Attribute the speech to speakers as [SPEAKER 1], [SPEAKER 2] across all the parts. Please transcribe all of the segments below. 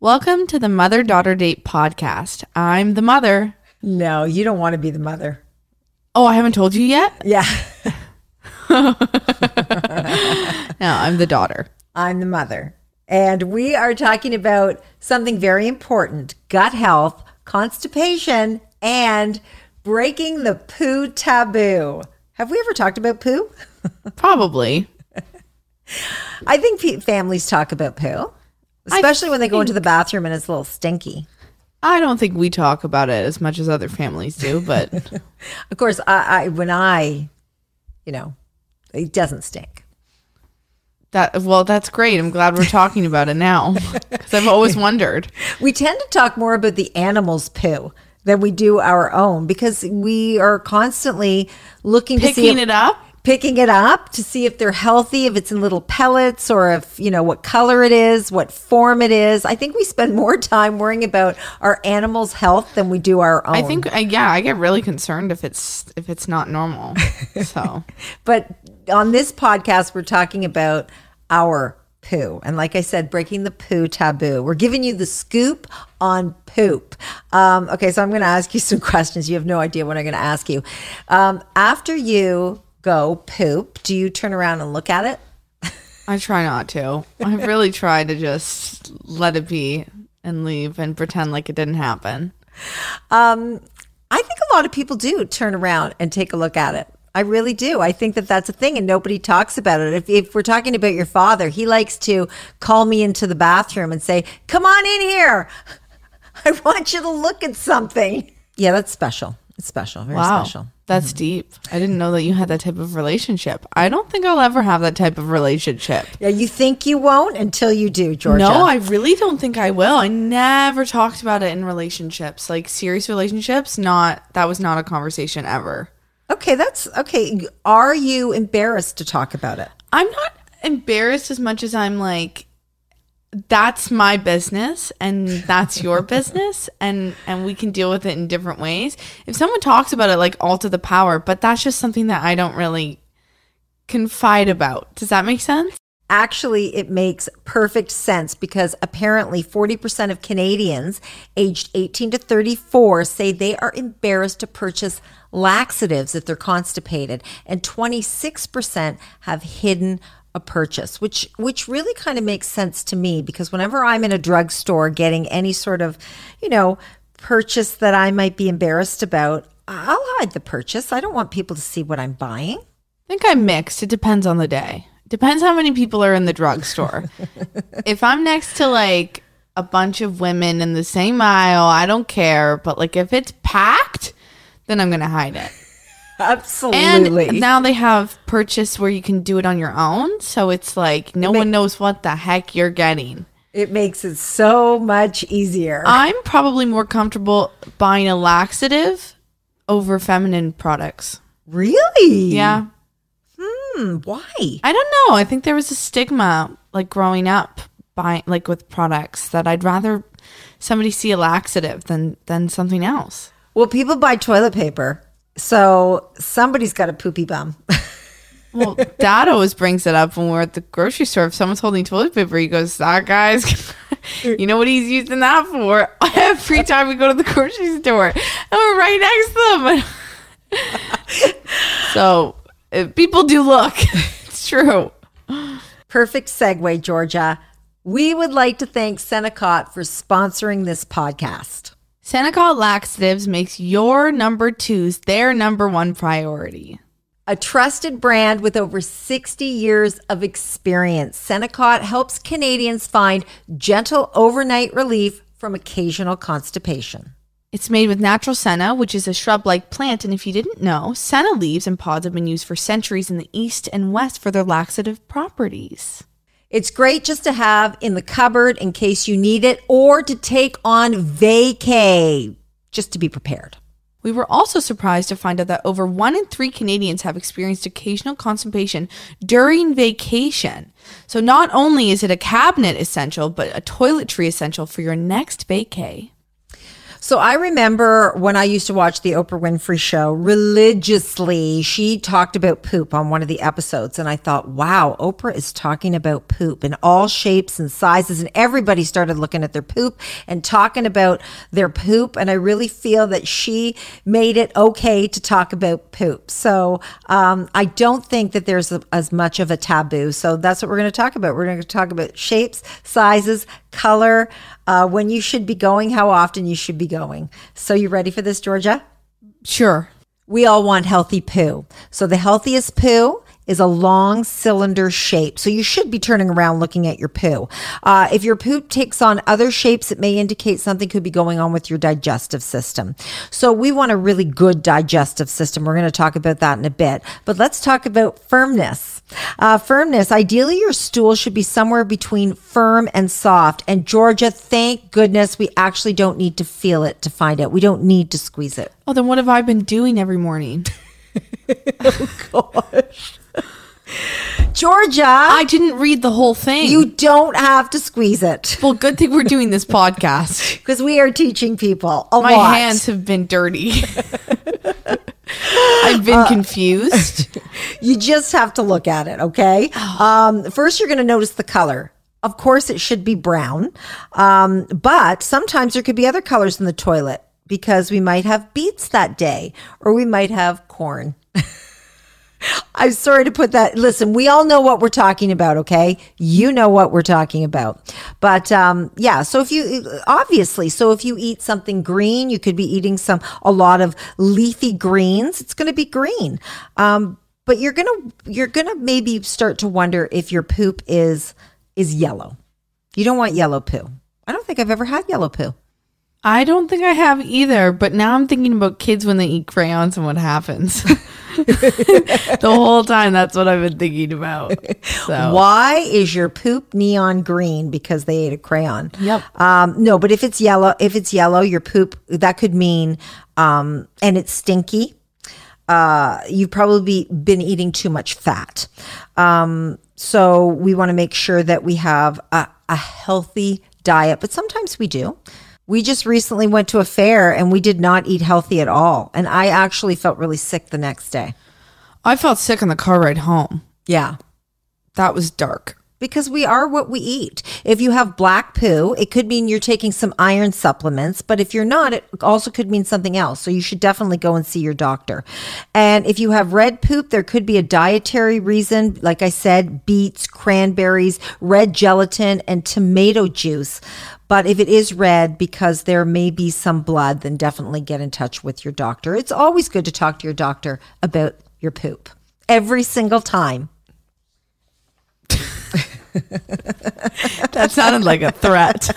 [SPEAKER 1] Welcome to the Mother Daughter Date podcast. I'm the mother.
[SPEAKER 2] No, you don't want to be the mother.
[SPEAKER 1] Oh, I haven't told you yet?
[SPEAKER 2] Yeah,
[SPEAKER 1] No, I'm the daughter.
[SPEAKER 2] I'm the mother. And we are talking about something very important gut health, constipation, and breaking the poo taboo. Have we ever talked about poo?
[SPEAKER 1] Probably.
[SPEAKER 2] I think pe- families talk about poo, especially when they go into the bathroom and it's a little stinky.
[SPEAKER 1] I don't think we talk about it as much as other families do, but
[SPEAKER 2] Of course, I, I when I, you know, it doesn't stink.
[SPEAKER 1] that well, that's great. I'm glad we're talking about it now cuz I've always wondered.
[SPEAKER 2] We tend to talk more about the animals' poo than we do our own because we are constantly looking to see
[SPEAKER 1] Picking
[SPEAKER 2] if-
[SPEAKER 1] it up?
[SPEAKER 2] picking it up to see if they're healthy, if it's in little pellets or if, you know, what color it is, what form it is. I think we spend more time worrying about our animals' health than we do our own.
[SPEAKER 1] I think I, yeah, I get really concerned if it's if it's not normal. So,
[SPEAKER 2] But on this podcast, we're talking about our poo. And like I said, breaking the poo taboo. We're giving you the scoop on poop. Um, okay, so I'm going to ask you some questions. You have no idea what I'm going to ask you. Um, after you go poop, do you turn around and look at it?
[SPEAKER 1] I try not to. I really try to just let it be and leave and pretend like it didn't happen.
[SPEAKER 2] I think a lot of people do turn around and take a look at it. I really do. I think that that's a thing, and nobody talks about it. If, if we're talking about your father, he likes to call me into the bathroom and say, Come on in here. I want you to look at something. Yeah, that's special. It's special. Very special. Mm-hmm.
[SPEAKER 1] That's deep. I didn't know that you had that type of relationship. I don't think I'll ever have that type of relationship.
[SPEAKER 2] Yeah, you think you won't until you do, Georgia.
[SPEAKER 1] No, I really don't think I will. I never talked about it in relationships, like serious relationships. Not that was not a conversation ever.
[SPEAKER 2] okay, that's okay. Are you embarrassed to talk about it?
[SPEAKER 1] I'm not embarrassed as much as I'm like that's my business and that's your business and and we can deal with it in different ways. If someone talks about it like all to the power, but that's just something that I don't really confide about. Does that make sense?
[SPEAKER 2] Actually, it makes perfect sense because apparently 40% of Canadians aged 18 to 34 say they are embarrassed to purchase laxatives if they're constipated, and 26% have hidden a purchase, which which really kind of makes sense to me because whenever I'm in a drugstore getting any sort of, you know, purchase that I might be embarrassed about, I'll hide the purchase. I don't want people to see what I'm buying.
[SPEAKER 1] I think I'm mixed. It depends on the day. Depends how many people are in the drugstore. if I'm next to like a bunch of women in the same aisle, I don't care. But like if it's packed, then I'm gonna hide it. And
[SPEAKER 2] Absolutely.
[SPEAKER 1] now they have purchase where you can do it on your own. So it's like no one knows what the heck you're getting.
[SPEAKER 2] It makes it so much easier.
[SPEAKER 1] I'm probably more comfortable buying a laxative over feminine products.
[SPEAKER 2] really?
[SPEAKER 1] Yeah.
[SPEAKER 2] Hmm, why?
[SPEAKER 1] I don't know. I think there was a stigma like growing up by like with products that I'd rather somebody see a laxative than than something else.
[SPEAKER 2] Well, people buy toilet paper, so somebody's got a poopy bum.
[SPEAKER 1] Well, Dad always brings it up when we're at the grocery store. If someone's holding toilet paper, he goes, "That guy's, you know what he's using that for?" Every time we go to the grocery store, and we're right next to them. so uh, people do look. It's true.
[SPEAKER 2] Perfect segue, Georgia. We would like to thank Senecot for sponsoring this podcast.
[SPEAKER 1] Seneca Laxatives makes your number twos their number one priority.
[SPEAKER 2] A trusted brand with over 60 years of experience, Senecot helps Canadians find gentle overnight relief from occasional constipation.
[SPEAKER 1] It's made with natural senna, which is a shrub like plant. And if you didn't know, senna leaves and pods have been used for centuries in the East and West for their laxative properties.
[SPEAKER 2] It's great just to have in the cupboard in case you need it or to take on vacay just to be prepared.
[SPEAKER 1] We were also surprised to find out that over one in three Canadians have experienced occasional constipation during vacation. So not only is it a cabinet essential, but a toiletry essential for your next vacay.
[SPEAKER 2] So I remember when I used to watch the Oprah Winfrey show religiously, she talked about poop on one of the episodes. And I thought, wow, Oprah is talking about poop in all shapes and sizes. And everybody started looking at their poop and talking about their poop. And I really feel that she made it okay to talk about poop. So um, I don't think that there's a, as much of a taboo. So that's what we're going to talk about. We're going to talk about shapes, sizes, color, uh, when you should be going, how often you should be going. So, you ready for this, Georgia?
[SPEAKER 1] Sure.
[SPEAKER 2] We all want healthy poo. So, the healthiest poo is a long cylinder shape. So, you should be turning around looking at your poo. Uh, if your poop takes on other shapes, it may indicate something could be going on with your digestive system. So, we want a really good digestive system. We're going to talk about that in a bit. But let's talk about firmness. Uh, firmness. Ideally, your stool should be somewhere between firm and soft. And Georgia, thank goodness we actually don't need to feel it to find out. We don't need to squeeze it.
[SPEAKER 1] Oh, then what have I been doing every morning?
[SPEAKER 2] Georgia,
[SPEAKER 1] I didn't read the whole thing.
[SPEAKER 2] you don't have to squeeze it
[SPEAKER 1] well, good thing we're doing this podcast.
[SPEAKER 2] because we are teaching people a
[SPEAKER 1] My
[SPEAKER 2] lot.
[SPEAKER 1] hands have been dirty. I've been confused.
[SPEAKER 2] You just have to look at it, okay? Um, first, you're going to notice the color. Of course, it should be brown, um, but sometimes there could be other colors in the toilet because we might have beets that day or we might have corn. I'm sorry to put that. Listen, we all know what we're talking about, okay? You know what we're talking about. But um, yeah, so if you obviously, so if you eat something green, you could be eating some, a lot of leafy greens. It's going to be green. Um, but you're going to, you're going to maybe start to wonder if your poop is, is yellow. You don't want yellow poo. I don't think I've ever had yellow poo.
[SPEAKER 1] I don't think I have either, but now I'm thinking about kids when they eat crayons and what happens. the whole time, that's what I've been thinking about. So,
[SPEAKER 2] Why is your poop neon green? Because they ate a crayon.
[SPEAKER 1] Yep.
[SPEAKER 2] Um, no, but if it's yellow, if it's yellow, your poop that could mean, um, and it's stinky. Uh, you've probably been eating too much fat. Um, so we want to make sure that we have a, a healthy diet, but sometimes we do. We just recently went to a fair and we did not eat healthy at all. And I actually felt really sick the next day.
[SPEAKER 1] I felt sick on the car ride home.
[SPEAKER 2] Yeah.
[SPEAKER 1] That was dark.
[SPEAKER 2] Because we are what we eat. If you have black poo, it could mean you're taking some iron supplements, but if you're not, it also could mean something else. So you should definitely go and see your doctor. And if you have red poop, there could be a dietary reason. Like I said, beets, cranberries, red gelatin, and tomato juice. But if it is red because there may be some blood, then definitely get in touch with your doctor. It's always good to talk to your doctor about your poop every single time.
[SPEAKER 1] That sounded like a threat.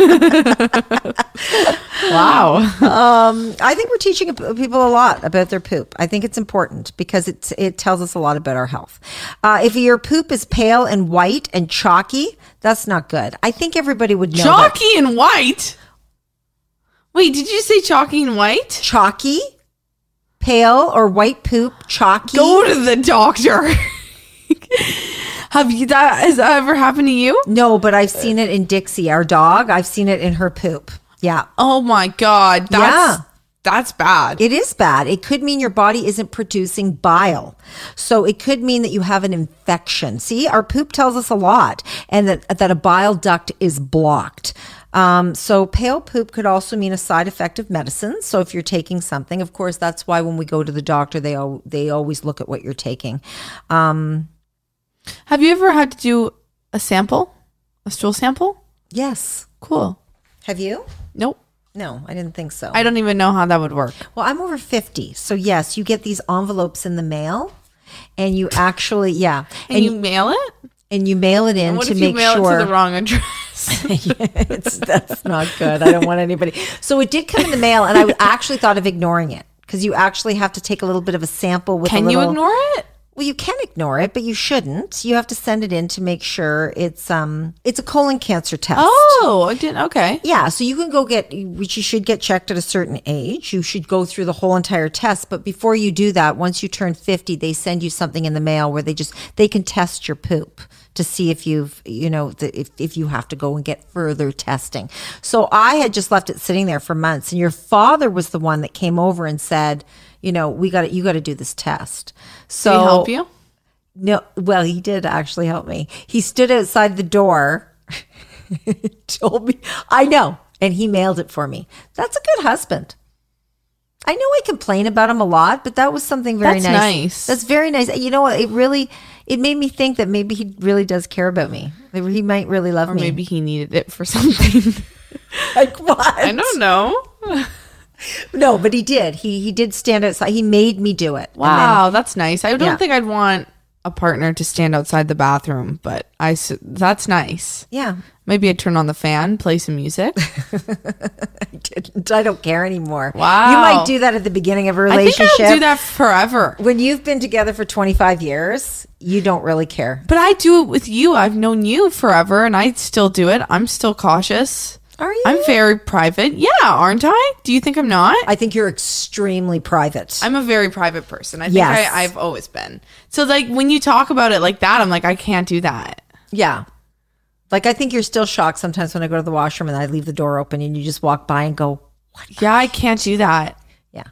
[SPEAKER 1] wow.
[SPEAKER 2] I think we're teaching people a lot about their poop. I think it's important because it's, it tells us a lot about our health. Uh, if your poop is pale and white and chalky, that's not good. I think everybody would know. that.
[SPEAKER 1] Chalky and white. Wait, did you say chalky and white?
[SPEAKER 2] Chalky, pale or white poop, chalky.
[SPEAKER 1] Go to the doctor. Have you that has that ever happened to you?
[SPEAKER 2] no, but I've seen it in Dixie, our dog. I've seen it in her poop. Yeah.
[SPEAKER 1] Oh my god, that's
[SPEAKER 2] Yeah.
[SPEAKER 1] that's bad.
[SPEAKER 2] It is bad. It could mean your body isn't producing bile. So it could mean that you have an infection. See, our poop tells us a lot and that, that a bile duct is blocked. Um, so pale poop could also mean a side effect of medicine. So if you're taking something, of course, that's why when we go to the doctor, they, al- they always look at what you're taking. Um,
[SPEAKER 1] Have you ever had to do a sample, a stool sample?
[SPEAKER 2] Yes.
[SPEAKER 1] Cool.
[SPEAKER 2] Have you?
[SPEAKER 1] Nope.
[SPEAKER 2] No, I didn't think so.
[SPEAKER 1] I don't even know how that would work.
[SPEAKER 2] Well, I'm over 50. So yes, you get these envelopes in the mail and you actually, yeah.
[SPEAKER 1] And, you, mail it?
[SPEAKER 2] and you mail it in
[SPEAKER 1] What
[SPEAKER 2] to
[SPEAKER 1] if you
[SPEAKER 2] make
[SPEAKER 1] mail
[SPEAKER 2] sure
[SPEAKER 1] it to the wrong address?
[SPEAKER 2] it's, that's not good. I don't want anybody. So it did come in the mail, and I actually thought of ignoring it because you actually have to take a little bit of a sample. With a
[SPEAKER 1] Can you
[SPEAKER 2] little-
[SPEAKER 1] ignore it?
[SPEAKER 2] Well, you can ignore it, but you shouldn't. You have to send it in to make sure it's um it's a colon cancer test.
[SPEAKER 1] Oh, I didn't. Okay.
[SPEAKER 2] Yeah, so you can go get, which you should get checked at a certain age. You should go through the whole entire test, but before you do that, once you turn fifty, they send you something in the mail where they just they can test your poop to see if you've, you know, the, if, if you have to go and get further testing. So I had just left it sitting there for months. And your father was the one that came over and said, you know, we got to, you got to do this test. So
[SPEAKER 1] Can I help you?
[SPEAKER 2] no, well, he did actually help me. He stood outside the door, told me, I know, and he mailed it for me. That's a good husband. I know I complain about him a lot, but that was something very
[SPEAKER 1] That's
[SPEAKER 2] nice.
[SPEAKER 1] nice.
[SPEAKER 2] That's very nice. You know what? It really it made me think that maybe he really does care about me. That He might really love
[SPEAKER 1] Or
[SPEAKER 2] me.
[SPEAKER 1] maybe he needed it for something.
[SPEAKER 2] like what?
[SPEAKER 1] I don't know.
[SPEAKER 2] No, but he did. He he did stand outside. He made me do it. And then-
[SPEAKER 1] Wow, that's nice. I don't
[SPEAKER 2] Yeah.
[SPEAKER 1] think I'd want a partner to stand outside the bathroom, but I s- that's nice.
[SPEAKER 2] yeah,
[SPEAKER 1] Maybe I'd turn on the fan, play some music.
[SPEAKER 2] I didn't. I don't care anymore.
[SPEAKER 1] Wow.
[SPEAKER 2] You might do that at the beginning of a
[SPEAKER 1] I
[SPEAKER 2] relationship.
[SPEAKER 1] think I'll do that forever.
[SPEAKER 2] when you've been together for 25 years, you don't really care.
[SPEAKER 1] But I do it with you. I've known you forever and I still do it. I'm still cautious.
[SPEAKER 2] Are you?
[SPEAKER 1] I'm very private. Yeah, aren't I? Do you think I'm not?
[SPEAKER 2] Mm. I think you're extremely private.
[SPEAKER 1] I'm a very private person. I think
[SPEAKER 2] Yes.
[SPEAKER 1] I, I've always been. So, like, when you talk about it like that, I'm like, I can't do that.
[SPEAKER 2] yeah. Like I think you're still shocked sometimes when I go to the washroom and I leave the door open and you just walk by and go,
[SPEAKER 1] Yeah, I can't do that.
[SPEAKER 2] yeah.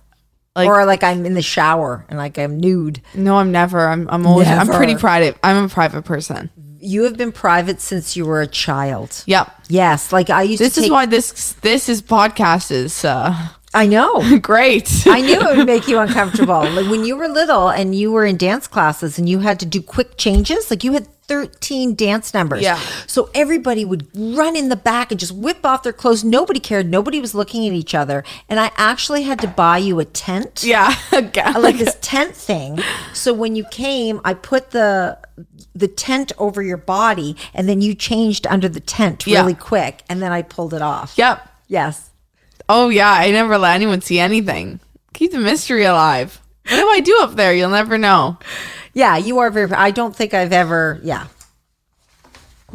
[SPEAKER 1] Like-
[SPEAKER 2] or like I'm in the shower and like I'm nude.
[SPEAKER 1] No, I'm never. I'm, I'm always, I'm pretty
[SPEAKER 2] Never.
[SPEAKER 1] private. I'm a private person.
[SPEAKER 2] You have been private since you were a child.
[SPEAKER 1] Yep.
[SPEAKER 2] Yes, like I used
[SPEAKER 1] This
[SPEAKER 2] to
[SPEAKER 1] is
[SPEAKER 2] take-
[SPEAKER 1] why this this is podcast is uh,
[SPEAKER 2] I know.
[SPEAKER 1] great.
[SPEAKER 2] I knew it would make you uncomfortable. Like when you were little and you were in dance classes and you had to do quick changes, like you had 13 dance numbers.
[SPEAKER 1] Yeah.
[SPEAKER 2] So everybody would run in the back and just whip off their clothes. Nobody cared. Nobody was looking at each other. And I actually had to buy you a tent.
[SPEAKER 1] yeah. Okay.
[SPEAKER 2] I like this tent thing. So when you came, I put the the tent over your body and then you changed under the tent
[SPEAKER 1] Yeah.
[SPEAKER 2] really quick and then I pulled it off.
[SPEAKER 1] Yep.
[SPEAKER 2] Yes.
[SPEAKER 1] Oh yeah, I never let anyone see anything. Keep the mystery alive. What do I do up there? You'll never know.
[SPEAKER 2] Yeah, you are very I don't think I've ever yeah.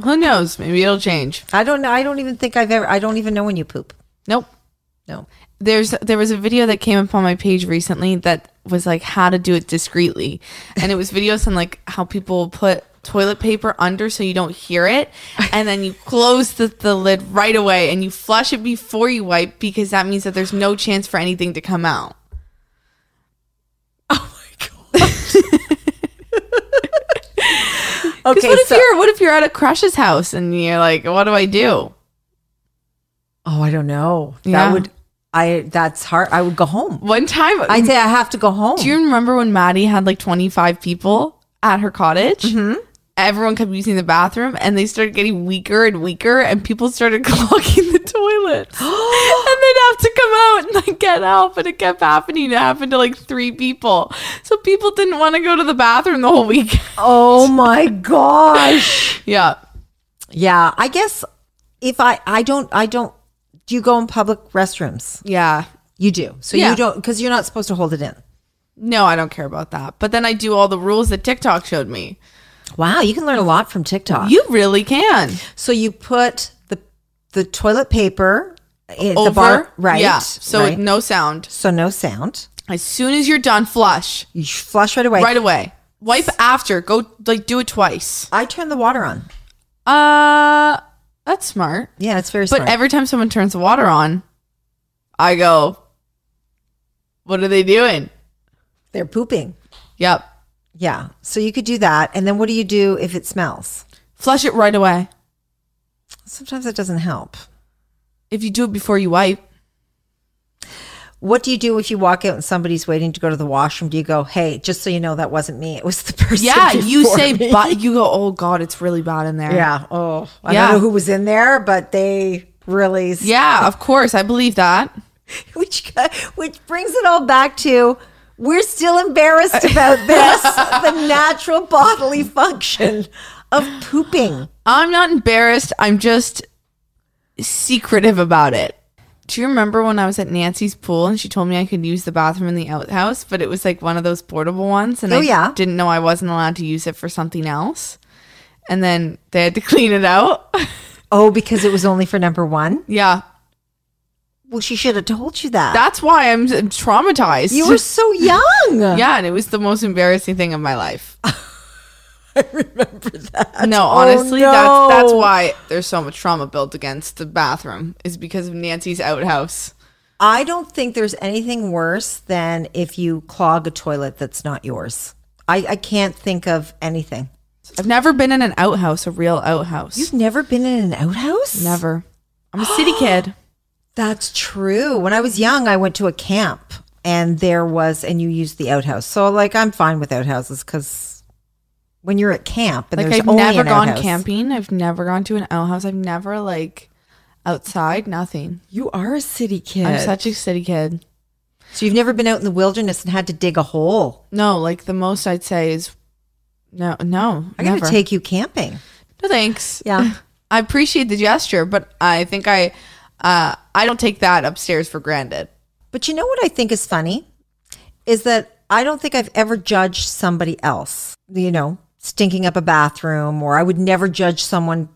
[SPEAKER 1] Who knows? Maybe it'll change.
[SPEAKER 2] I don't know. I don't even think I've ever. I don't even know when you poop.
[SPEAKER 1] Nope.
[SPEAKER 2] No.
[SPEAKER 1] There's there was a video that came up on my page recently that was like how to do it discreetly, and it was videos on like how people put toilet paper under so you don't hear it, and then you close the, the lid right away and you flush it before you wipe because that means that there's no chance for anything to come out.
[SPEAKER 2] Oh
[SPEAKER 1] Because
[SPEAKER 2] Okay.
[SPEAKER 1] what if
[SPEAKER 2] So,
[SPEAKER 1] you're what if you're at a crush's house and you're like, what do I do?
[SPEAKER 2] oh, I don't know.
[SPEAKER 1] Yeah.
[SPEAKER 2] That would. I. That's hard. I would go home.
[SPEAKER 1] One time,
[SPEAKER 2] I'd say I have to go home.
[SPEAKER 1] Do you remember when Maddie had like 25 people at her cottage?
[SPEAKER 2] Mm-hmm.
[SPEAKER 1] Everyone kept using the bathroom and they started getting weaker and weaker, and people started clogging the toilets. and they'd have to come out and like get help, and it kept happening. It happened to like three people. So people didn't want to go to the bathroom the whole week.
[SPEAKER 2] oh my gosh.
[SPEAKER 1] yeah.
[SPEAKER 2] Yeah. I guess if I. I don't. I don't. Do you go in public restrooms?
[SPEAKER 1] Yeah.
[SPEAKER 2] You do. So
[SPEAKER 1] Yeah.
[SPEAKER 2] you don't because you're not supposed to hold it in.
[SPEAKER 1] No, I don't care about that. But then I do all the rules that TikTok showed me.
[SPEAKER 2] Wow. You can learn a lot from TikTok.
[SPEAKER 1] You really can.
[SPEAKER 2] so you put the the toilet paper in
[SPEAKER 1] Over.
[SPEAKER 2] the bar right.
[SPEAKER 1] Yeah. So
[SPEAKER 2] right.
[SPEAKER 1] no sound.
[SPEAKER 2] so no sound.
[SPEAKER 1] As soon as you're done, flush.
[SPEAKER 2] You flush right away.
[SPEAKER 1] right away. Wipe after. Go like do it twice.
[SPEAKER 2] I turn the water on.
[SPEAKER 1] Uh, that's smart.
[SPEAKER 2] Yeah, it's very
[SPEAKER 1] But
[SPEAKER 2] smart.
[SPEAKER 1] every time someone turns the water on, I go, "What are they doing?"
[SPEAKER 2] They're pooping.
[SPEAKER 1] Yep.
[SPEAKER 2] Yeah. So you could do that. And then what do you do if it smells?
[SPEAKER 1] Flush it right away.
[SPEAKER 2] Sometimes that doesn't help.
[SPEAKER 1] If you do it before you wipe,
[SPEAKER 2] What do you do if you walk out and somebody's waiting to go to the washroom? Do you go, hey, just so you know, that wasn't me. It was the person.
[SPEAKER 1] yeah, you
[SPEAKER 2] before
[SPEAKER 1] say,
[SPEAKER 2] me."
[SPEAKER 1] but you go, "Oh God, it's really bad in there."
[SPEAKER 2] Yeah. Oh, I
[SPEAKER 1] Yeah.
[SPEAKER 2] don't know who was in there, but they really.
[SPEAKER 1] Yeah, of course, I believe that.
[SPEAKER 2] Which, which brings it all back to we're still embarrassed about this the natural bodily function of pooping.
[SPEAKER 1] I'm not embarrassed. I'm just secretive about it. Do you remember when I was at Nancy's pool and she told me I could use the bathroom in the outhouse, but it was like one of those portable ones and
[SPEAKER 2] Oh,
[SPEAKER 1] I
[SPEAKER 2] yeah.
[SPEAKER 1] didn't know I wasn't allowed to use it for something else. And then they had to clean it out.
[SPEAKER 2] Oh, because it was only for number one?
[SPEAKER 1] yeah.
[SPEAKER 2] Well, she should have told you that.
[SPEAKER 1] That's why I'm traumatized.
[SPEAKER 2] you were so young.
[SPEAKER 1] Yeah, and it was the most embarrassing thing of my life.
[SPEAKER 2] I remember that.
[SPEAKER 1] No,
[SPEAKER 2] Oh,
[SPEAKER 1] honestly,
[SPEAKER 2] no.
[SPEAKER 1] that's that's why there's so much trauma built against the bathroom is because of Nancy's outhouse.
[SPEAKER 2] I don't think there's anything worse than if you clog a toilet that's not yours. I, I can't think of anything.
[SPEAKER 1] I've never been in an outhouse, a real outhouse.
[SPEAKER 2] You've never been in an outhouse?
[SPEAKER 1] never. I'm a city kid.
[SPEAKER 2] That's true. When I was young, I went to a camp and there was, and you used the outhouse. So, like, I'm fine with outhouses because when you're at camp and
[SPEAKER 1] Like
[SPEAKER 2] there's
[SPEAKER 1] I've
[SPEAKER 2] only
[SPEAKER 1] never
[SPEAKER 2] an
[SPEAKER 1] gone
[SPEAKER 2] outhouse-
[SPEAKER 1] camping. I've never gone to an outhouse. I've never like outside. Nothing.
[SPEAKER 2] You are a city kid.
[SPEAKER 1] I'm such a city kid.
[SPEAKER 2] so you've never been out in the wilderness and had to dig a hole.
[SPEAKER 1] No, like the most I'd say is no, no.
[SPEAKER 2] I gotta
[SPEAKER 1] never.
[SPEAKER 2] take you camping.
[SPEAKER 1] No thanks.
[SPEAKER 2] Yeah.
[SPEAKER 1] I appreciate the gesture, but I think I uh I don't take that upstairs for granted.
[SPEAKER 2] But you know what I think is funny is that I don't think I've ever judged somebody else, you know, stinking up a bathroom, or I would never judge someone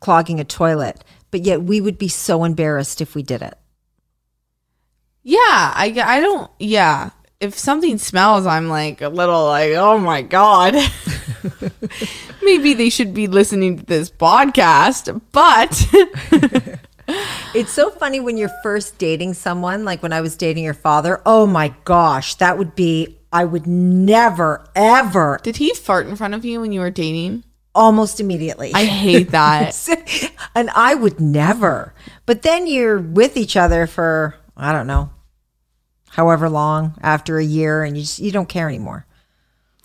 [SPEAKER 2] clogging a toilet. But yet we would be so embarrassed if we did it.
[SPEAKER 1] Yeah, I, I don't. Yeah, if something smells, I'm like a little like, oh my god. Maybe they should be listening to this podcast, but
[SPEAKER 2] It's so funny when you're first dating someone, like when I was dating your father. Oh my gosh, that would be, I would never, ever,
[SPEAKER 1] did he fart in front of you when you were dating?
[SPEAKER 2] almost immediately.
[SPEAKER 1] I hate that.
[SPEAKER 2] and I would never. But then you're with each other for I don't know, however long after a year, and you just, you don't care anymore.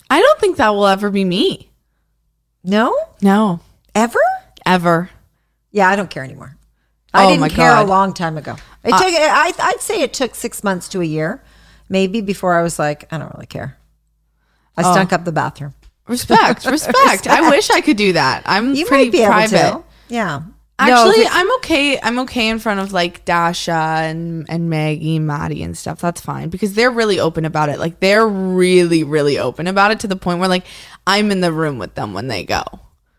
[SPEAKER 1] I don't think that will ever be me.
[SPEAKER 2] No,
[SPEAKER 1] No,
[SPEAKER 2] ever?
[SPEAKER 1] ever.
[SPEAKER 2] Yeah, I don't care anymore. I
[SPEAKER 1] Oh,
[SPEAKER 2] didn't
[SPEAKER 1] my
[SPEAKER 2] care a
[SPEAKER 1] God. Uh,
[SPEAKER 2] long time ago. It took I, I'd say it took six months to a year, maybe before I was like I don't really care. I
[SPEAKER 1] Oh.
[SPEAKER 2] stunk up the bathroom.
[SPEAKER 1] Respect, respect. I wish I could do that. I'm
[SPEAKER 2] You
[SPEAKER 1] pretty
[SPEAKER 2] might be
[SPEAKER 1] private.
[SPEAKER 2] able to. Yeah. No,
[SPEAKER 1] Actually,
[SPEAKER 2] but-
[SPEAKER 1] I'm okay. I'm okay in front of like Dasha and and Maggie and Maddie and stuff. That's fine because they're really open about it. Like they're really really open about it to the point where like I'm in the room with them when they go.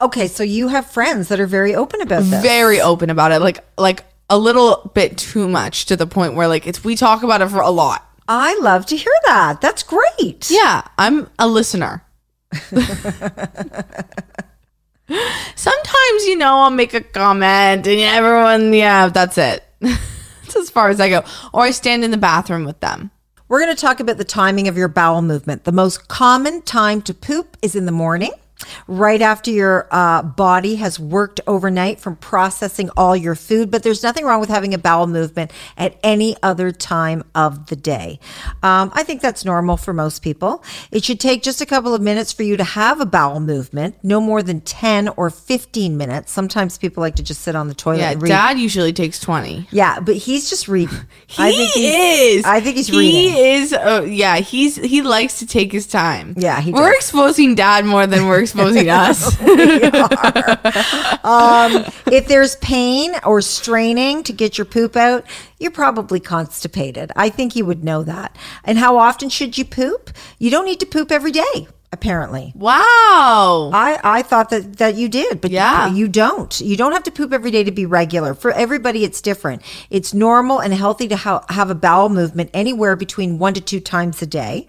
[SPEAKER 2] okay, so you have friends that are very open about this.
[SPEAKER 1] Very open about it. Like like a little bit too much to the point where like it's we talk about it for a lot.
[SPEAKER 2] I love to hear that. That's great.
[SPEAKER 1] Yeah, I'm a listener. Sometimes, you know, I'll make a comment and everyone, yeah, that's it. that's as far as I go. Or I stand in the bathroom with them.
[SPEAKER 2] We're going to talk about the timing of your bowel movement. The most common time to poop is in the morning, right after your uh, body has worked overnight from processing all your food. But there's nothing wrong with having a bowel movement at any other time of the day. Um, I think that's normal for most people. It should take just a couple of minutes for you to have a bowel movement, no more than 10 or 15 minutes. Sometimes people like to just sit on the toilet
[SPEAKER 1] Yeah,
[SPEAKER 2] and read.
[SPEAKER 1] dad usually takes 20.
[SPEAKER 2] yeah, but he's just reading.
[SPEAKER 1] He is.
[SPEAKER 2] I think he's
[SPEAKER 1] he
[SPEAKER 2] reading.
[SPEAKER 1] is. Uh, yeah, he's. He likes to take his time.
[SPEAKER 2] Yeah, he
[SPEAKER 1] we're
[SPEAKER 2] does.
[SPEAKER 1] exposing dad more than we're exposing us.
[SPEAKER 2] um, if there's pain or straining to get your poop out, you're probably constipated. I think you would know that. And how often should you poop? You don't need to poop every day, apparently.
[SPEAKER 1] wow.
[SPEAKER 2] I, I thought that, that you did, but
[SPEAKER 1] Yeah.
[SPEAKER 2] you don't. You don't have to poop every day to be regular. For everybody, it's different. It's normal and healthy to ha- have a bowel movement anywhere between one to two times a day.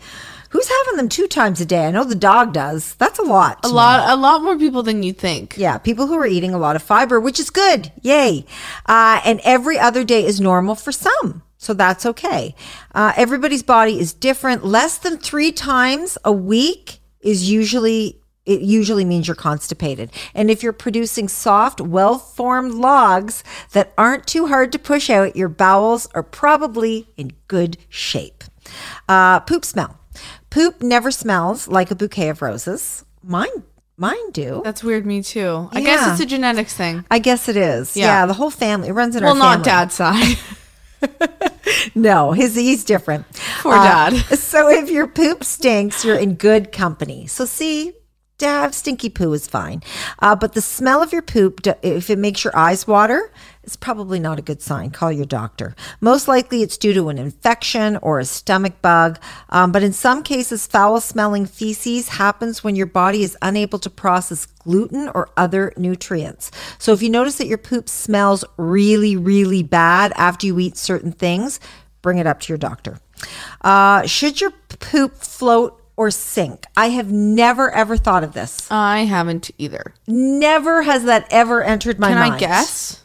[SPEAKER 2] Who's having them two times a day? I know the dog does. That's a lot.
[SPEAKER 1] A lot. A lot more people than you think.
[SPEAKER 2] Yeah, people who are eating a lot of fiber, which is good. Yay. Uh, and every other day is normal for some. So that's okay. Uh, everybody's body is different. Less than three times a week is usually. It usually means you're constipated. And if you're producing soft, well formed logs that aren't too hard to push out, your bowels are probably in good shape. Uh, poop smell. Poop never smells like a bouquet of roses. Mine, mine do.
[SPEAKER 1] That's weird. Me too. I guess
[SPEAKER 2] Yeah.
[SPEAKER 1] it's a genetics thing.
[SPEAKER 2] I guess it is. Yeah,
[SPEAKER 1] Yeah.
[SPEAKER 2] the whole family it runs in
[SPEAKER 1] Well,
[SPEAKER 2] our family.
[SPEAKER 1] not dad's side.
[SPEAKER 2] No, his he's different. Uh,
[SPEAKER 1] Poor dad.
[SPEAKER 2] so if your poop stinks, you're in good company. So see, dad, stinky poo is fine, uh, but the smell of your poop, d- if it makes your eyes water, it's probably not a good sign. Call your doctor. Most likely, it's due to an infection or a stomach bug. Um, but in some cases, foul-smelling feces happens when your body is unable to process gluten or other nutrients. So if you notice that your poop smells really, really bad after you eat certain things, bring it up to your doctor. Uh, should your poop float or sink. I have never ever thought of this.
[SPEAKER 1] I haven't either.
[SPEAKER 2] Never has that ever entered my
[SPEAKER 1] Can
[SPEAKER 2] mind.
[SPEAKER 1] I guess?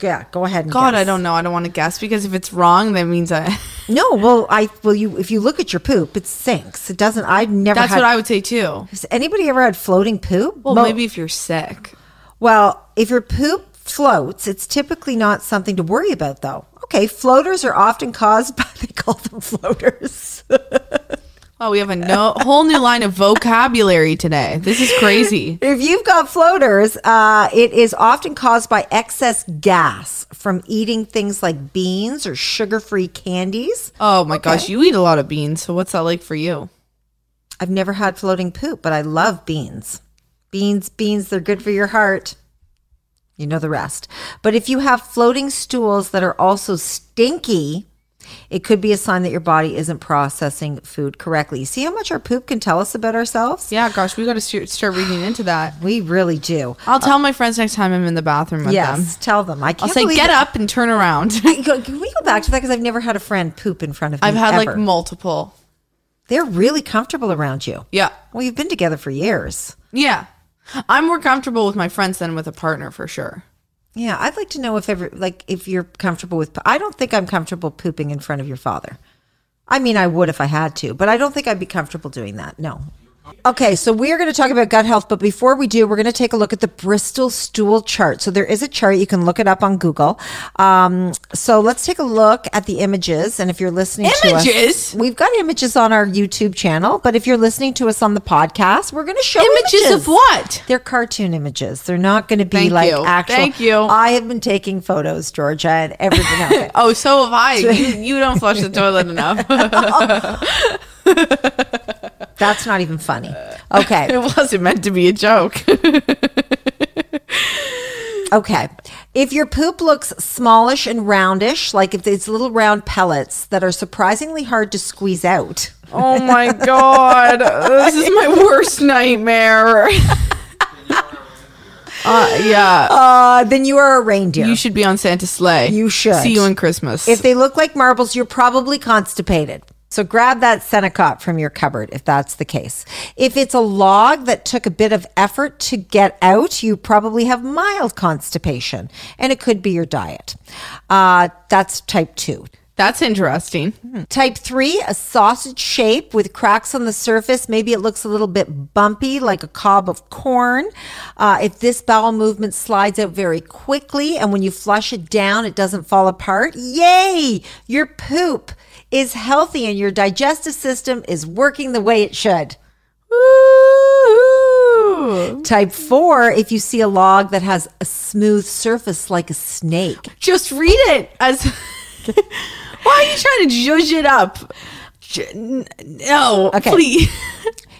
[SPEAKER 2] Yeah, go ahead. And
[SPEAKER 1] God, I
[SPEAKER 2] guess.
[SPEAKER 1] don't know. I don't want to guess because if it's wrong, that means I.
[SPEAKER 2] No, well, I well, you if you look at your poop, it sinks. It doesn't. I've never.
[SPEAKER 1] That's
[SPEAKER 2] had,
[SPEAKER 1] what I would say too.
[SPEAKER 2] Has anybody ever had floating poop?
[SPEAKER 1] Well,
[SPEAKER 2] Mo-
[SPEAKER 1] maybe if you're sick.
[SPEAKER 2] Well, if your poop floats, it's typically not something to worry about, though. Okay, floaters are often caused by they call them floaters.
[SPEAKER 1] Oh, we have a no- whole new line of vocabulary today. This is crazy.
[SPEAKER 2] If you've got floaters, uh, it is often caused by excess gas from eating things like beans or sugar-free candies.
[SPEAKER 1] Oh my gosh, you eat a lot of beans. So what's that like for you?
[SPEAKER 2] I've never had floating poop, but I love beans. Beans, beans, they're good for your heart. You know the rest. But if you have floating stools that are also stinky, it could be a sign that your body isn't processing food correctly. See how much our poop can tell us about ourselves?
[SPEAKER 1] Yeah, gosh, we got to start reading into that.
[SPEAKER 2] We really do.
[SPEAKER 1] I'll tell my friends next time I'm in the bathroom with them.
[SPEAKER 2] Yes, tell them. I
[SPEAKER 1] I'll
[SPEAKER 2] can't
[SPEAKER 1] say,
[SPEAKER 2] believe
[SPEAKER 1] get
[SPEAKER 2] it.
[SPEAKER 1] up and turn around.
[SPEAKER 2] Can we go back to that? Because I've never had a friend poop in front of me.
[SPEAKER 1] I've had like
[SPEAKER 2] ever.
[SPEAKER 1] multiple.
[SPEAKER 2] They're really comfortable around you.
[SPEAKER 1] Yeah.
[SPEAKER 2] Well, you've been together for years.
[SPEAKER 1] Yeah. I'm more comfortable with my friends than with a partner for sure.
[SPEAKER 2] Yeah, I'd like to know if ever like if you're comfortable with. I don't think I'm comfortable pooping in front of your father. I mean, I would if I had to, but I don't think I'd be comfortable doing that. No. Okay, so we are going to talk about gut health, but before we do, we're going to take a look at the Bristol stool chart. So there is a chart you can look it up on Google. Um, so let's take a look at the images, and if you're listening, to
[SPEAKER 1] Images?
[SPEAKER 2] us, we've got images on our YouTube channel. But if you're listening to us on the podcast, we're going to show
[SPEAKER 1] Images, of what?
[SPEAKER 2] they're cartoon images. They're not going to be
[SPEAKER 1] Thank
[SPEAKER 2] like
[SPEAKER 1] you.
[SPEAKER 2] actual.
[SPEAKER 1] Thank you.
[SPEAKER 2] I have been taking photos, Georgia, and everything else.
[SPEAKER 1] Oh, so have I. you, you don't flush the toilet enough.
[SPEAKER 2] That's not even funny. Okay.
[SPEAKER 1] it wasn't meant to be a joke.
[SPEAKER 2] Okay. If your poop looks smallish and roundish, like if it's little round pellets that are surprisingly hard to squeeze out,
[SPEAKER 1] oh my God. This is my worst nightmare. uh, yeah.
[SPEAKER 2] uh, then you are a reindeer.
[SPEAKER 1] You should be on Santa's sleigh.
[SPEAKER 2] You should.
[SPEAKER 1] See you in Christmas.
[SPEAKER 2] if they look like marbles, you're probably constipated. So grab that Senecot from your cupboard if that's the case. If it's a log that took a bit of effort to get out, you probably have mild constipation and it could be your diet. Uh, that's type two.
[SPEAKER 1] That's interesting.
[SPEAKER 2] Type three, a sausage shape with cracks on the surface. Maybe it looks a little bit bumpy, like a cob of corn. Uh, if this bowel movement slides out very quickly and when you flush it down, it doesn't fall apart, yay! Your poop is healthy and your digestive system is working the way it should.
[SPEAKER 1] Ooh.
[SPEAKER 2] Type four, if you see a log that has a smooth surface like a snake.
[SPEAKER 1] Just read it as. Why are you trying to judge it up? J- n- No,
[SPEAKER 2] Okay.
[SPEAKER 1] please.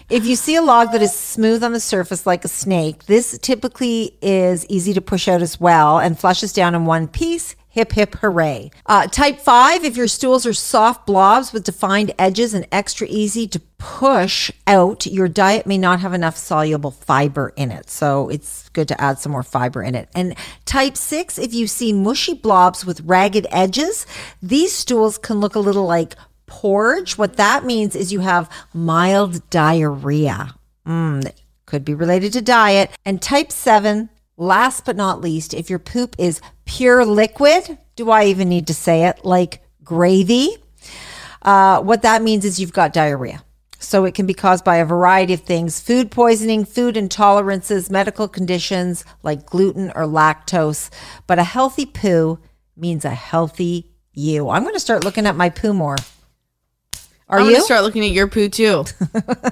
[SPEAKER 2] If you see a log that is smooth on the surface like a snake, this typically is easy to push out as well and flushes down in one piece. Hip, hip, hooray. Uh, type five, if your stools are soft blobs with defined edges and extra easy to push out, your diet may not have enough soluble fiber in it. So it's good to add some more fiber in it. And type six, if you see mushy blobs with ragged edges, these stools can look a little like porridge. What that means is you have mild diarrhea. Mm, that could be related to diet. And type seven, last but not least, if your poop is pure liquid, do I even need to say it? Like gravy. Uh, what that means is you've got diarrhea. So it can be caused by a variety of things food poisoning, food intolerances, medical conditions like gluten or lactose. But a healthy poo means a healthy you. I'm going to start looking at my poo more. Are
[SPEAKER 1] I'm
[SPEAKER 2] you
[SPEAKER 1] gonna start looking at your poo too.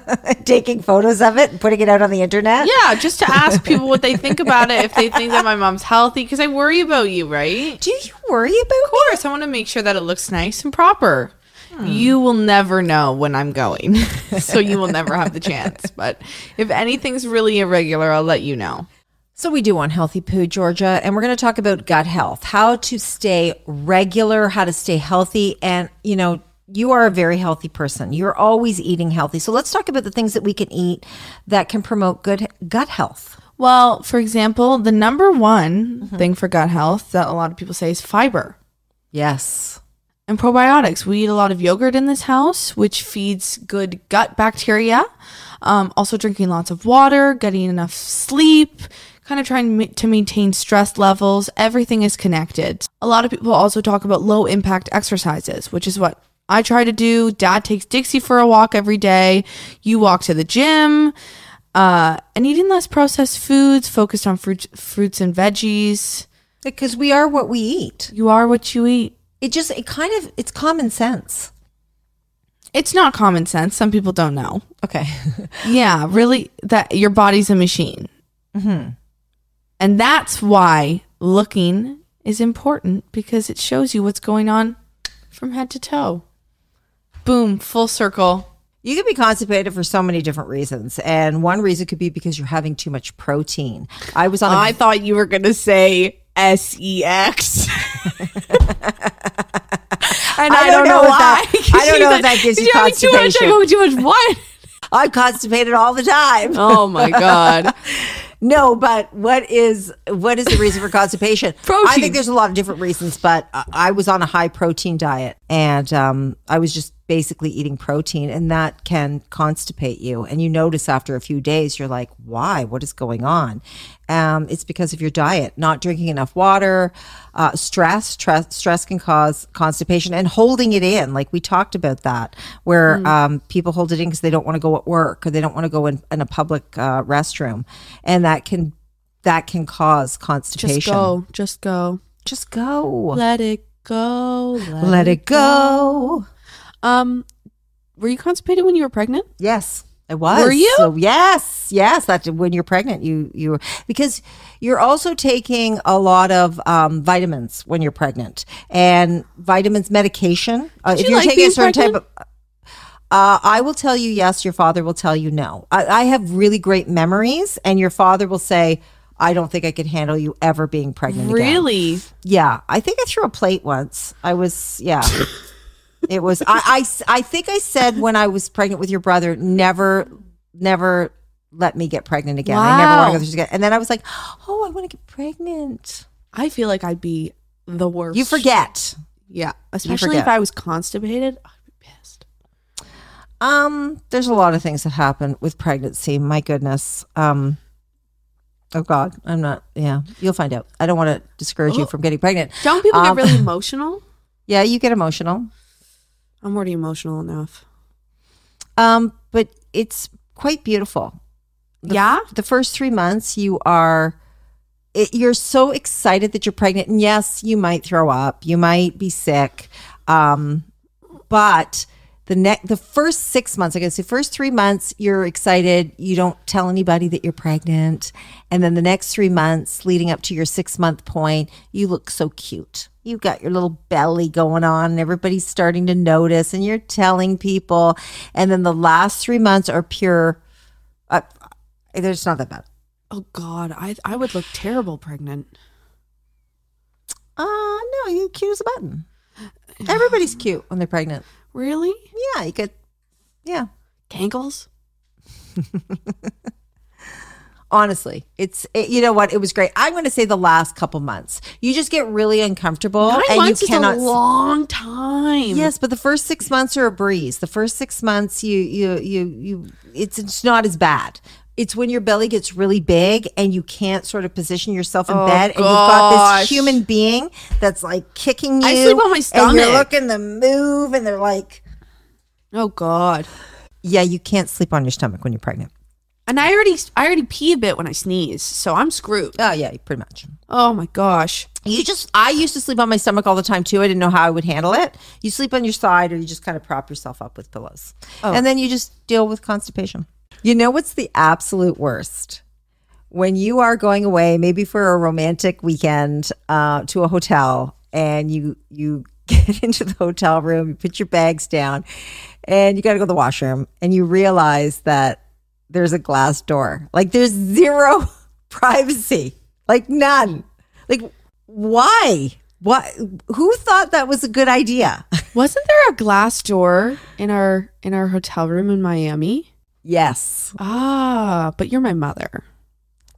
[SPEAKER 2] taking photos of it and putting it out on the internet?
[SPEAKER 1] Yeah, just to ask people what they think about it. If they think that my mom's healthy, because I worry about you, right?
[SPEAKER 2] Do you worry about
[SPEAKER 1] Of course, I want to make sure that it looks nice and proper. You will never know when I'm going, so you will never have the chance. But if anything's really irregular, I'll let you know.
[SPEAKER 2] So we do on healthy poo, Georgia, and we're going to talk about gut health, how to stay regular, how to stay healthy, and you know. You are a very healthy person. You're always eating healthy. So let's talk about the things that we can eat that can promote good gut health.
[SPEAKER 1] Well, for example, the Mm-hmm. number one thing for gut health that a lot of people say is fiber.
[SPEAKER 2] Yes.
[SPEAKER 1] and probiotics. We eat a lot of yogurt in this house, which feeds good gut bacteria. Um, also, drinking lots of water, getting enough sleep, kind of trying ma- to maintain stress levels. Everything is connected. A lot of people also talk about low impact exercises, which is what I try to do. Dad takes Dixie for a walk every day. You walk to the gym. Uh, and eating less processed foods, focused on fruits, fruits and veggies.
[SPEAKER 2] Because we are what we eat.
[SPEAKER 1] You are what you eat.
[SPEAKER 2] It just, it kind of, it's common sense.
[SPEAKER 1] It's not common sense. Some people don't know.
[SPEAKER 2] Okay.
[SPEAKER 1] Yeah, really, that your body's a machine. And that's why looking is important because it shows you what's going on from head to toe. Boom, full circle.
[SPEAKER 2] You could be constipated for so many different reasons. And one reason could be because you're having too much protein. I was on a
[SPEAKER 1] I thought you were going to say E SEX. And I, don't, know,
[SPEAKER 2] if
[SPEAKER 1] why.
[SPEAKER 2] that- I don't know if that gives you
[SPEAKER 1] You're having Too much, I
[SPEAKER 2] constipation.
[SPEAKER 1] go, too much what?
[SPEAKER 2] I'm constipated all the time.
[SPEAKER 1] Oh my God.
[SPEAKER 2] No, but what is what is the reason for constipation? I
[SPEAKER 1] Protein.
[SPEAKER 2] think there's a lot of different reasons, but I- I was on a high protein diet and um, I was just basically eating protein, and that can constipate you. And you notice after a few days, you're like, "Why? What is going on?" Um, it's because of your diet, not drinking enough water, uh, stress. Stress, stress can cause constipation, and holding it in, like we talked about that, where um, people hold it in because they don't want to go at work or they don't want to go in, in a public uh, restroom, and that can that can cause
[SPEAKER 1] Just
[SPEAKER 2] constipation.
[SPEAKER 1] go. Just go.
[SPEAKER 2] Just go.
[SPEAKER 1] Let it go. Let,
[SPEAKER 2] Let it go.
[SPEAKER 1] Um, were you constipated when you were pregnant?
[SPEAKER 2] Yes, I was.
[SPEAKER 1] Were you?
[SPEAKER 2] So yes, yes. That when you're pregnant, you you because you're also taking a lot of um, vitamins when you're pregnant and vitamins medication. Uh,
[SPEAKER 1] Did
[SPEAKER 2] if
[SPEAKER 1] you
[SPEAKER 2] you're
[SPEAKER 1] like
[SPEAKER 2] taking
[SPEAKER 1] being
[SPEAKER 2] a certain
[SPEAKER 1] pregnant?
[SPEAKER 2] type of uh, I will tell you yes. Your father will tell you no. I, I have really great memories, and your father will say, "I don't think I could handle you ever being pregnant." again."
[SPEAKER 1] Really?
[SPEAKER 2] Yeah, I think I threw a plate once. I was yeah. it was I, I s- I think I said when I was pregnant with your brother, never never let me get pregnant again. I never
[SPEAKER 1] Wow.
[SPEAKER 2] want to go through this again. And then I was like, "Oh, I want to get pregnant."
[SPEAKER 1] I feel like I'd be the worst.
[SPEAKER 2] You forget.
[SPEAKER 1] Yeah. Especially
[SPEAKER 2] forget.
[SPEAKER 1] if I was constipated. I'd be pissed.
[SPEAKER 2] Um, there's a lot of things that happen with pregnancy. My goodness. Um Oh God, I'm not. Yeah, you'll find out. I don't want to discourage you from getting pregnant.
[SPEAKER 1] Oh. Don't people
[SPEAKER 2] Um,
[SPEAKER 1] get really emotional?
[SPEAKER 2] Yeah, you get emotional.
[SPEAKER 1] I'm already emotional enough.
[SPEAKER 2] Um, but it's quite beautiful.
[SPEAKER 1] yeah?
[SPEAKER 2] the first three months you are it, you're so excited that you're pregnant and yes you might throw up you might be sick um, but the next the first six months i guess the first three months you're excited you don't tell anybody that you're pregnant and then the next three months leading up to your six month point you look so cute you got your little belly going on and everybody's starting to notice and you're telling people and then the last three months are pure uh, they're just not that bad.
[SPEAKER 1] Oh God, I I would look terrible pregnant.
[SPEAKER 2] Uh no, you cute as a button. Everybody's cute when they're pregnant.
[SPEAKER 1] Really?
[SPEAKER 2] Yeah, you could. Yeah,
[SPEAKER 1] Cankles?
[SPEAKER 2] honestly, it's it, you know what? It was great. I'm going to say the last couple months, you just get really uncomfortable
[SPEAKER 1] Nine
[SPEAKER 2] Oh, and
[SPEAKER 1] months
[SPEAKER 2] you cannot.
[SPEAKER 1] is a long time.
[SPEAKER 2] Yes, but the first six months are a breeze. The first six months, you you you you, it's it's not as bad. It's when your belly gets really big and you can't sort of position yourself in bed, and you've got
[SPEAKER 1] Oh, gosh.
[SPEAKER 2] this human being that's like kicking you.
[SPEAKER 1] I sleep on my
[SPEAKER 2] And
[SPEAKER 1] stomach.
[SPEAKER 2] you're looking to move, and they're like,
[SPEAKER 1] Oh God.
[SPEAKER 2] "Yeah, you can't sleep on your stomach when you're pregnant."
[SPEAKER 1] And I already I already pee a bit when I sneeze, so I'm screwed.
[SPEAKER 2] Oh yeah, pretty much.
[SPEAKER 1] Oh my gosh.
[SPEAKER 2] You just, I used to sleep on my stomach all the time too. I didn't know how I would handle it. You sleep on your side or you just kind of prop yourself up with pillows. And then you just deal with constipation. You know what's the absolute worst? When you are going away, maybe for a romantic weekend uh, to a hotel, and you, you, Get into the hotel room, you put your bags down, and you got to go to the washroom. And you realize that there's a glass door. Like there's zero privacy. Like none. Like why? Why who thought that was a good idea?
[SPEAKER 1] Wasn't there a glass door in our in our hotel room in Miami?
[SPEAKER 2] yes.
[SPEAKER 1] Ah, but you're my mother.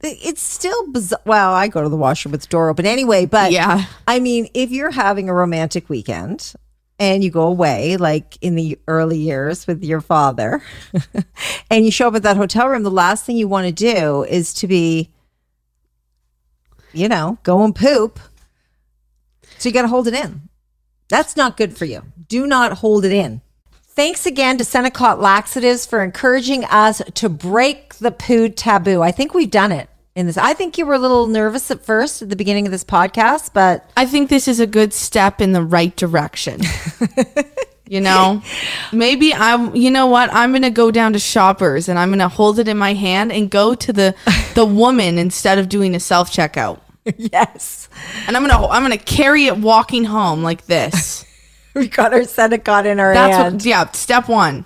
[SPEAKER 2] It's still bizarre. Well, I go to the washroom with the door open anyway, but
[SPEAKER 1] yeah.
[SPEAKER 2] I mean, if you're having a romantic weekend and you go away, like in the early years with your father, and you show up at that hotel room, the last thing you want to do is to be, you know, go and poop. So you got to hold it in. That's not good for you. Do not hold it in. Thanks again to Senecott Laxatives for encouraging us to break the poo taboo. I think we've done it in this. I think you were a little nervous at first at the beginning of this podcast, but
[SPEAKER 1] I think this is a good step in the right direction. you know, maybe I'm. You know what? I'm gonna go down to Shoppers and I'm gonna hold it in my hand and go to the the woman instead of doing a self checkout.
[SPEAKER 2] yes,
[SPEAKER 1] And I'm gonna I'm gonna carry it walking home like this.
[SPEAKER 2] we got our Senecott in our
[SPEAKER 1] That's
[SPEAKER 2] hand.
[SPEAKER 1] what. Yeah. Step one.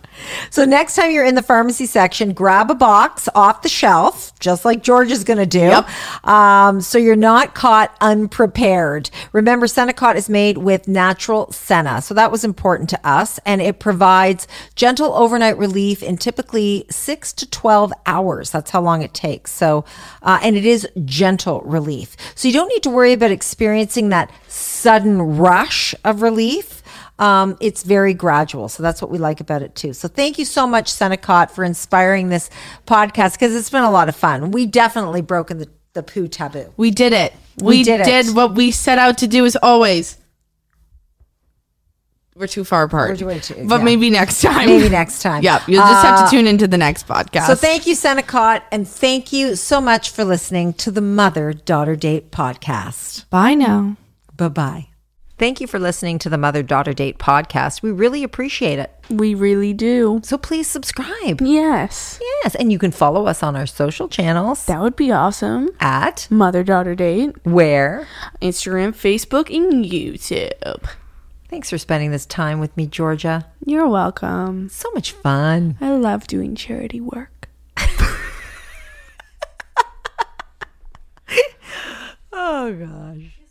[SPEAKER 2] So next time you're in the pharmacy section, grab a box off the shelf, just like George is going to do. Um, so you're not caught unprepared. Remember, Senecott is made with natural senna. So that was important to us. And it provides gentle overnight relief in typically six to 12 hours. That's how long it takes. So, uh, and it is gentle relief. So you don't need to worry about experiencing that sudden rush of relief. Um, it's very gradual. So that's what we like about it too. So thank you so much, Senecott, for inspiring this podcast because it's been a lot of fun. We definitely broken the, the poo taboo.
[SPEAKER 1] We did it.
[SPEAKER 2] We
[SPEAKER 1] We,
[SPEAKER 2] did
[SPEAKER 1] did,
[SPEAKER 2] it.
[SPEAKER 1] what we set out to do as always. We're too far apart.
[SPEAKER 2] We're way too-
[SPEAKER 1] but
[SPEAKER 2] yeah.
[SPEAKER 1] maybe next time.
[SPEAKER 2] Maybe next time. Uh,
[SPEAKER 1] Yep. You'll just have to tune into the next podcast.
[SPEAKER 2] So thank you, Senecott, and thank you so much for listening to the Mother Daughter Date podcast.
[SPEAKER 1] Bye now.
[SPEAKER 2] Bye bye. Thank you for listening to the Mother Daughter Date podcast. We really appreciate it.
[SPEAKER 1] We really do.
[SPEAKER 2] So please subscribe.
[SPEAKER 1] Yes.
[SPEAKER 2] Yes. And you can follow us on our social channels
[SPEAKER 1] That would be awesome.
[SPEAKER 2] at
[SPEAKER 1] Mother daughter date,
[SPEAKER 2] where.
[SPEAKER 1] Instagram, Facebook, and YouTube.
[SPEAKER 2] Thanks for spending this time with me, Georgia.
[SPEAKER 1] You're welcome.
[SPEAKER 2] So much fun.
[SPEAKER 1] I love doing charity work.
[SPEAKER 2] Oh, gosh.